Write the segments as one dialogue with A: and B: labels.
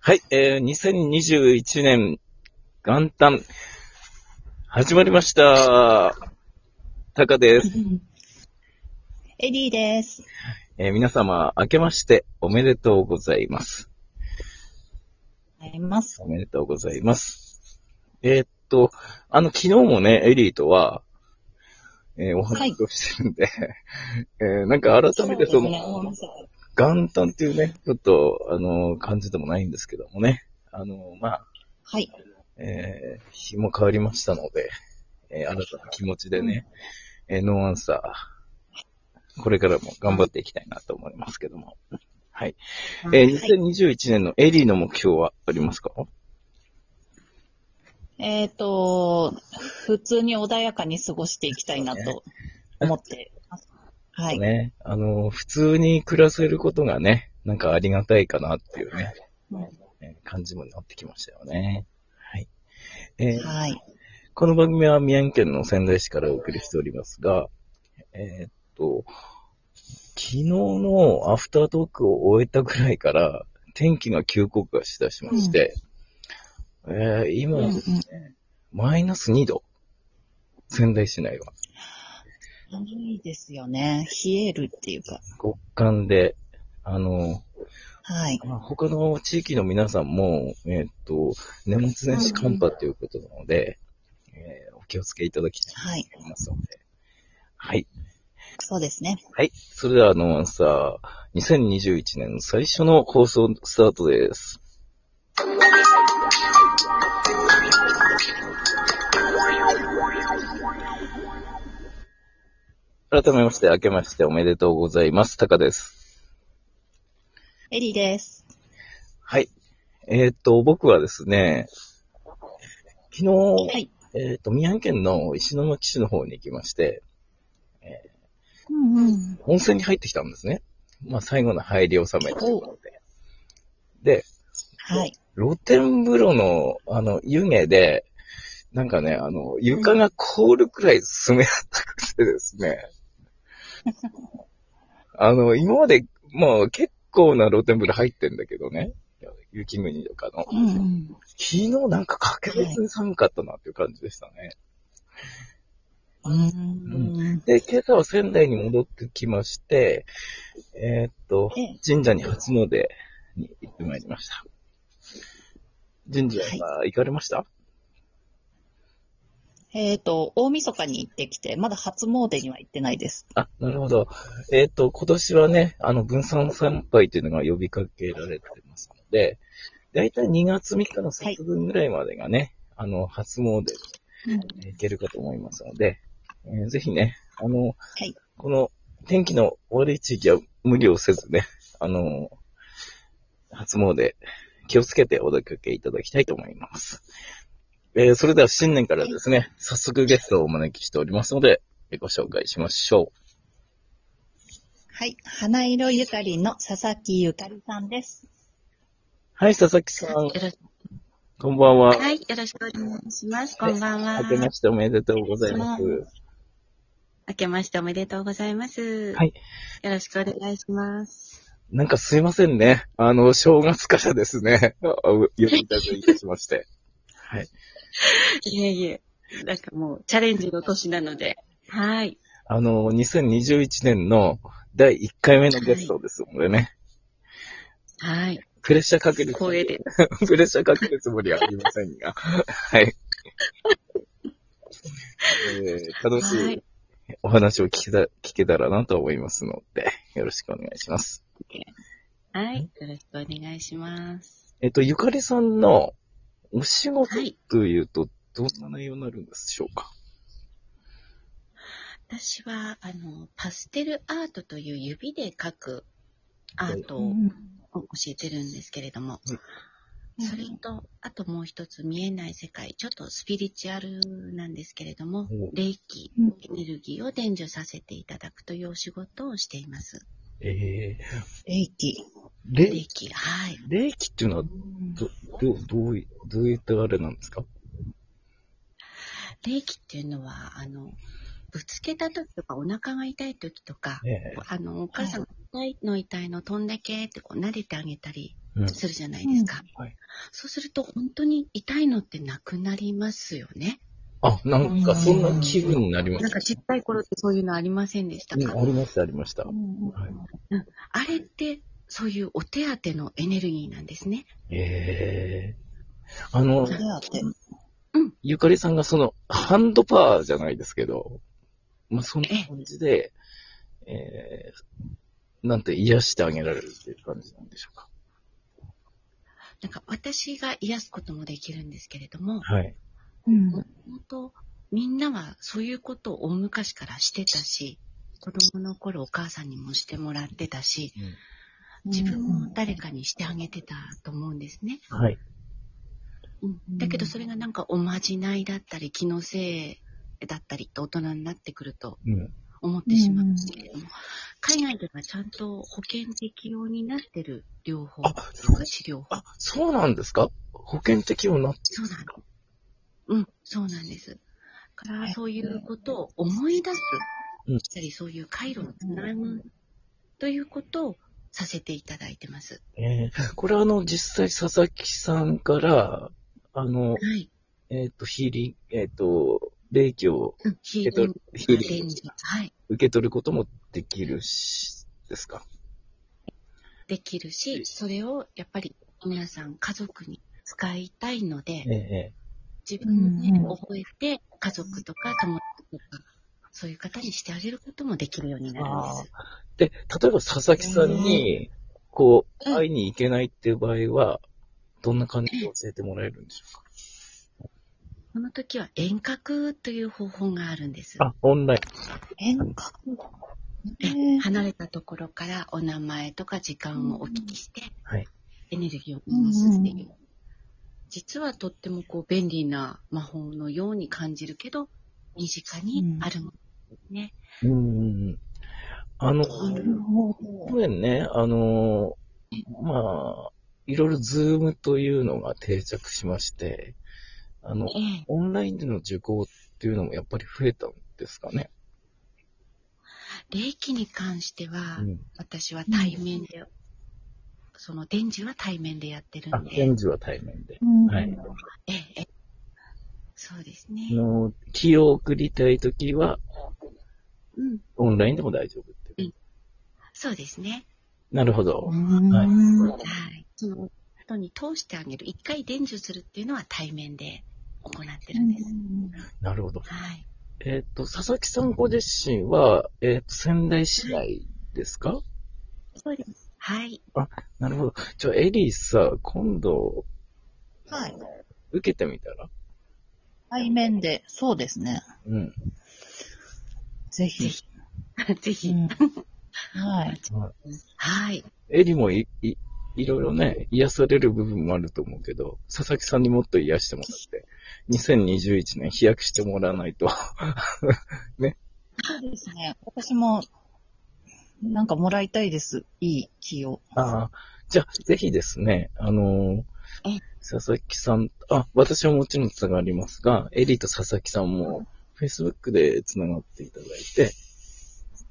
A: はい、えー、2021年元旦、始まりました。タカです。
B: エリーです。
A: えー皆様、明けましておめでとうございます。
B: あります。
A: おめでとうございます。えーっと、あの、昨日もね、エリーとは、えーお話をしてるんで、 えーなんか改めてそ
B: そう
A: の、
B: ですね思いました
A: 元旦っていうね、ちょっと、あの、感じでもないんですけどもね、あの、まあ、
B: はい。
A: えー日も変わりましたので、えー新たな気持ちでね、えーノーアンサー、これからも頑張っていきたいなと思いますけども。はい。えー
B: はい
A: 2021年のエリーの目標はありますか
B: えっ、と、普通に穏やかに過ごしていきたいなと思ってます。はい。
A: ね。あの、普通に暮らせることがね、なんかありがたいかなっていうね、
B: うん
A: えー感じもなってきましたよね。はい。えー
B: はい。
A: この番組は宮城県の仙台市からお送りしておりますが、えーっと、昨日のアフタートークを終えたぐらいから、天気が急降下しだしまして、えー今
B: うんう
A: で
B: ん
A: すね、マイナス2度。仙台市内は。
B: いいですよね。冷えるっていうか。
A: 極寒で、あの、
B: はい。
A: まあ他の地域の皆さんも、えーっと、年末年始寒波ということなので、えーお気をつけいただきたい
B: はい。
A: と思いますので、はい。
B: そうですね。
A: はい。それでは、ノーアンサー、2021年最初の放送スタートです。改めまして、明けましておめでとうございます。タカです。
B: エリーです。
A: はい。えーっと、僕はですね、昨
B: は
A: 日、
B: い。
A: えーっと、宮城県の石巻市の方に行きまして、
B: うんうん。
A: 温泉に入ってきたんですね。まあ、最後の入り納めということで。で、
B: はい。
A: 露天風呂の、あの、湯気で、なんかね、あの、床が凍るくらい冷たくてですね。あの、今まで、もう結構な露天風呂入ってんだけどね。雪国とかの。
B: うんうん。
A: 昨日なんか格別に寒かったなっていう感じでしたね。
B: うん。
A: で、今朝は仙台に戻ってきまして、えーっと
B: ええ、
A: 神社に初詣に行ってまいりました。神社は行かれました、
B: えっ、と、大晦日に行ってきて、まだ初詣には行ってないです。
A: あ、なるほど。えっ、と、今年はね、あの、分散参拝というのが呼びかけられてますので、だいたい2月3日の節分ぐらいまでがね、あの、初詣で行けるかと思いますので、えーぜひね、あの、
B: い
A: この天気の悪い地域は無理をせずね、あの、初詣、気をつけてお出かけいただきたいと思います。えーそれでは新年からですね、早速ゲストをお招きしておりますので、えーご紹介しましょう。
B: はい。花色ゆかりの佐々木ゆかりさんです。
A: はい、佐々木さん
C: よ、ろし
A: こんばんは。
C: はい、よろしくお願いします。こんばんは。
A: 明けましておめでとうございます。
C: 明けましておめでとうございます。
A: はい。
C: よろしくお願いします。
A: なんかすいませんね。あの、正月からですね。あう呼び出しいたしま して。はい。
C: いえいえ、なんかもうチャレンジの年なので。はい。
A: あの、2021年の第1回目のゲストですのでね。
C: はい。
A: プレッシャーかける。
C: 光栄で。
A: プレッシャーかけるつもりはありません が。はい。えー楽し
C: はい
A: いお話を聞けた聞けたらなと思いますので、よろしくお願いします。
C: はい。よろしくお願いします。
A: えっと、ゆかりさんのお仕事
C: はい。
A: というと、どんな内容になるんでしょうか
C: 私は、あの、パステルアートという指で描くアートを教えてるんですけれども、
B: うん
C: それと、あともう一つ見えない世界、ちょっとスピリチュアルなんですけれども
A: お、
C: 霊気、
B: うん
C: エネルギーを伝授させていただくというお仕事をしています。
A: え
B: 霊気。
A: ー、
C: 霊
A: 霊、
C: 気、はい。
A: 霊気っていうのは、ど、ど、どうい、どういったあれなんですか
C: 霊気っていうのは、あの、ぶつけた時とかお腹が痛い時とか、
A: ええ
C: あの、お母さんが体の遺体の飛んでけってこう撫でてあげたり
A: うん
C: するじゃないですか。
A: うんはい
C: そうすると本当に痛いのってなくなりますよね。
A: あ、なんかそんな気分になりま
C: なん
A: し
C: かちっちゃい頃ってそういうのありませんでした
A: た。
C: か、
A: うんありました、ありました。はい
C: あれってそういうお手当てのエネルギーなんですね。
A: ええあの
B: 手、当て。
A: ゆかりさんがその、ハンドパワーじゃないですけど、まあ、そんな感じで、ええなんて癒してあげられるっていう感じなんでしょうか。
C: なんか私が癒すこともできるんですけれども、
A: はい。
B: うん
C: 本当みんなはそういうことを大昔からしてたし、子供の頃お母さんにもしてもらってたし、自分も誰かにしてあげてたと思うんですね。
A: はい。
C: うんだけどそれがなんかおまじないだったり気のせいだったりと大人になってくると
A: うん。
C: 思ってしまうんですけれども、海外ではちゃんと保険適用になってる療法
A: あ
C: とか治療法。
A: あ、そうなんですか保険適用な、
C: そうなんです。うん、そうなんです。だか
B: は
C: ら
B: い
C: そういうことを思い出す、
A: うん
C: したりそういう回路をつなぐということをさせていただいてます。
A: ええこれあの、実際佐々木さんから、あの、
C: はい。
A: えっ、と、ヒーリング、えっ、と、霊気を
C: うんヒ
A: 受け
C: ーリ
A: 取
C: ン
A: る、ヒー
C: グ
A: リン
C: 伝
A: グ
C: 授。はい。
A: 受け取ることもできるし、ですか
C: できるし、それをやっぱり皆さん家族に使いたいので、
A: ええ
C: 自分で
B: うんうん
C: 覚えて家族とか友達とか、そういう方にしてあげることもできるようになるんです。
A: で、例えば佐々木さんに、こう、
C: うん
A: 会いに行けないっていう場合は、どんな感じで教えてもらえるんでしょ
C: その時は遠隔という方法があるんです
A: う。かあ、オンライン。
B: 変化。
C: え
B: ね
C: 離れたところからお名前とか時間をお聞きして、
A: はい
C: エネルギーを回すっていう。実はとってもこう便利な魔法のように感じるけど、身近にあるものですね。
A: うんうんうん。あの、
C: な
B: なるほ
A: 去
B: ど。
A: 年ね、あの、まあ、いろいろズームというのが定着しまして、あの、
C: ええ
A: オンラインでの受講っていうのもやっぱり増えたんですかね。
C: 霊気に関しては、
A: うん。
C: 私は対面で、その伝授は対面でやってる
A: あ
C: ん、で、
A: 園児は対面で。
B: うん
A: はい。
C: ええええそうです
A: あ
C: ね。
A: の、気を送りたいときは、
C: うん、
A: オンラインでも大丈夫っていう。
C: そうですね。
A: なるほど。はい
B: は
C: はい。その人に通してあげる、一回伝授するっていうのは対面で行ってるんです。
A: なるほど。
C: はい。
A: えっ、と、佐々木さんご自身は、えっ、と、仙台市内ですか
C: そうです。はい。
A: なるほど。ちょ、エリーさ、今度、
B: はい。
A: 受けてみたら
B: 対面で、そうですね。
A: うん。
B: ぜひ。
C: ぜひ。
B: うんはい。
C: はい。
A: エリもい、い、いろいろね、癒される部分もあると思うけど、佐々木さんにもっと癒してもらって、2021年飛躍してもらわないと。
B: そうですね。私も、なんかもらいたいです。いい気を。
A: ああ、じゃあ、ぜひですね、あのー
C: え
A: 佐々木さん、あ、私はもちろんつながりますが、エリと佐々木さんも、Facebook でつながっていただいて、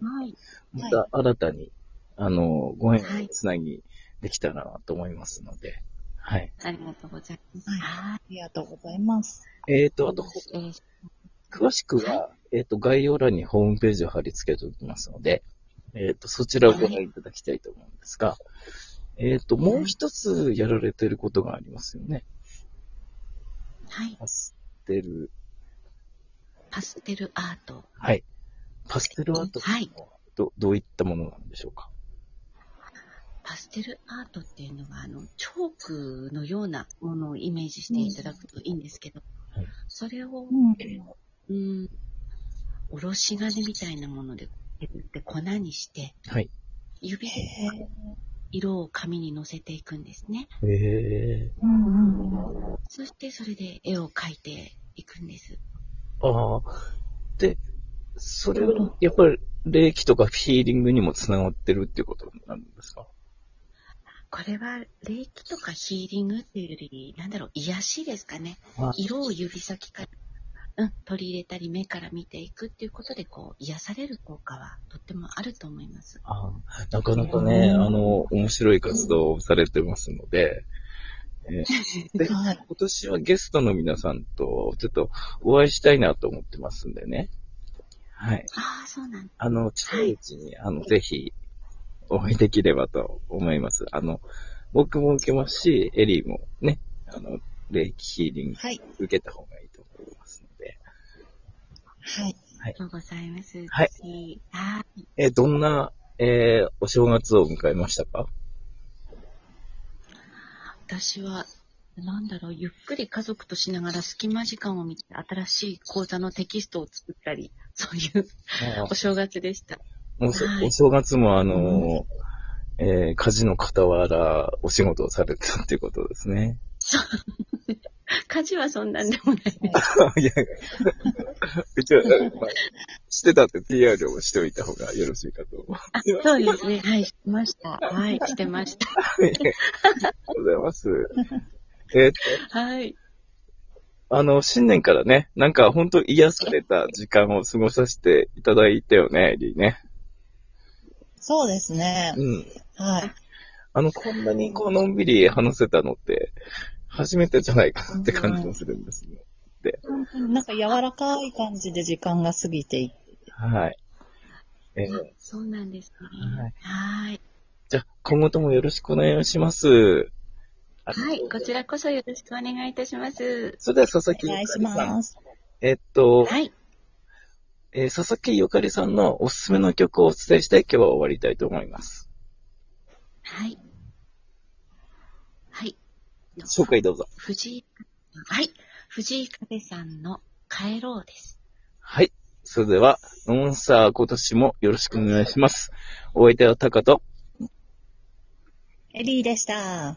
C: はい。
A: また新たに、あのーご縁
C: はい
A: をつなぎできたらなと思いますので、はい。
C: ありがとうございます。
B: はい
C: は
B: ありがとうございます。
A: えっ、と、あと、
C: い。よろしく
A: 詳しくは、えっ、と、概要欄にホームページを貼り付けておきますので、えっ、と、そちらをご覧いただきたいと思うんですが、えっ、と、もう一つやられてることがありますよね。
C: はい。
A: パステル、
C: パステルアート。
A: はい。パステルアートっていうのはど、どういったものなんでしょうか
C: パステルアートっていうのは、あの、チョークのようなものをイメージしていただくといいんですけ
A: う
C: ど、
A: ん
C: それを、
B: うん
C: うん、おろし金みたいなもので、で粉にして、
A: はい。
C: 指で
B: へー
C: 色を紙に乗せていくんですね。
A: へえ。
C: そしてそれで絵を描いていくんです。
A: ああ。で、それは、やっぱり、霊気とかヒーリングにもつながってるっていうことなんですか
C: これは霊気とかヒーリングっていうより、なんだろう、癒しですかね
A: あ。
C: 色を指先からうん、取り入れたり目から見ていくっていうことで、こう、癒される効果はとってもあると思います。
A: あなかなかね、
B: うん
A: あの、面白い活動をされてますので、えーで、
B: はい
A: 今年はゲストの皆さんと、ちょっとお会いしたいなと思ってますんでね。はい。
C: ああ、そうなんだ。
A: あの、近いうちに、あの、ぜひ、お会いできればと思います。あの、僕も受けますし、エリーもね、あの、霊気ヒーリング
B: はい。
A: 受けた方がいいと思いますので。
B: はい。
C: ありがとうございます。
A: はい
C: い。あー
A: えー、どんな、えーお正月を迎えましたか
C: 私は、なんだろう、ゆっくり家族としながら隙間時間を見て、新しい講座のテキストを作ったり、そう いうお正月でした。
A: もうそ
C: はい
A: お正月もあの、えー家事の傍らお仕事をされてたっていうことですね。
C: 家事はそんなんでもないです。
A: いや、一応、まあしてたって PR をしておいた方がよろしいかと思 う。
C: あそうですね。 はい、しました。はい、してま した。
A: ありがとうございます。えー
C: はい。
A: あの、新年からね、なんか本当癒された時間を過ごさせていただいたよね、エリーね。
B: そうですね。
A: うん。
B: はい。
A: あの、こんなにこう、のんびり話せたのって、初めてじゃないかなって感じもするんですね。
B: なんか柔らかい感じで時間が過ぎていって。
A: はい。えー
C: そうなんです
A: は
C: ね。はい。
A: じゃあ、今後ともよろしくお願いします。
C: はい、こちらこそよろしくお願いいたします。
A: それでは、佐々木
B: お願いし
A: ゆかりさん。
B: ます。
A: えっと、
C: はい。
A: えー佐々木ゆかりさんのおすすめの曲をお伝えして、今日は終わりたいと思います。
C: はい。はい。
A: 紹介どうぞ。
C: 藤井、はい。藤井風さんの帰ろうです。
A: はい。それでは、ノンスター今年もよろしくお願いします。お相手はタカと、
B: エリーでした。